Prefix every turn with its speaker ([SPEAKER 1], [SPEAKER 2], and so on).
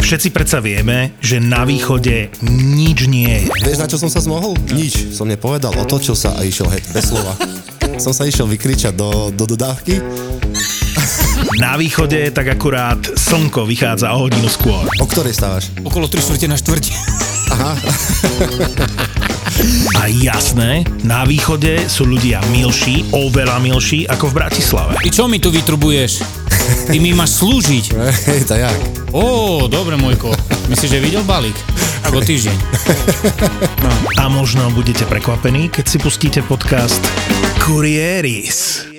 [SPEAKER 1] Všetci predsa vieme, že na východe nič nie je.
[SPEAKER 2] Vieš, na čo som sa zmohol? Nič. Som nepovedal, otočil sa a išiel hneď bez slova. Som sa išiel vykričať do, do dodávky.
[SPEAKER 1] Na východe tak akurát slnko vychádza o hodinu skôr.
[SPEAKER 2] O ktorej stávaš?
[SPEAKER 3] Okolo 3 štvrte na štvrte.
[SPEAKER 1] A jasné, na východe sú ľudia milší, oveľa milší ako v Bratislave.
[SPEAKER 3] Ty čo mi tu vytrubuješ? Ty mi máš slúžiť.
[SPEAKER 2] Hej, to jak?
[SPEAKER 3] Ó, dobre, môjko. Myslíš, že videl balík? Ako týždeň.
[SPEAKER 1] A možno budete prekvapení, keď si pustíte podcast Kurieris.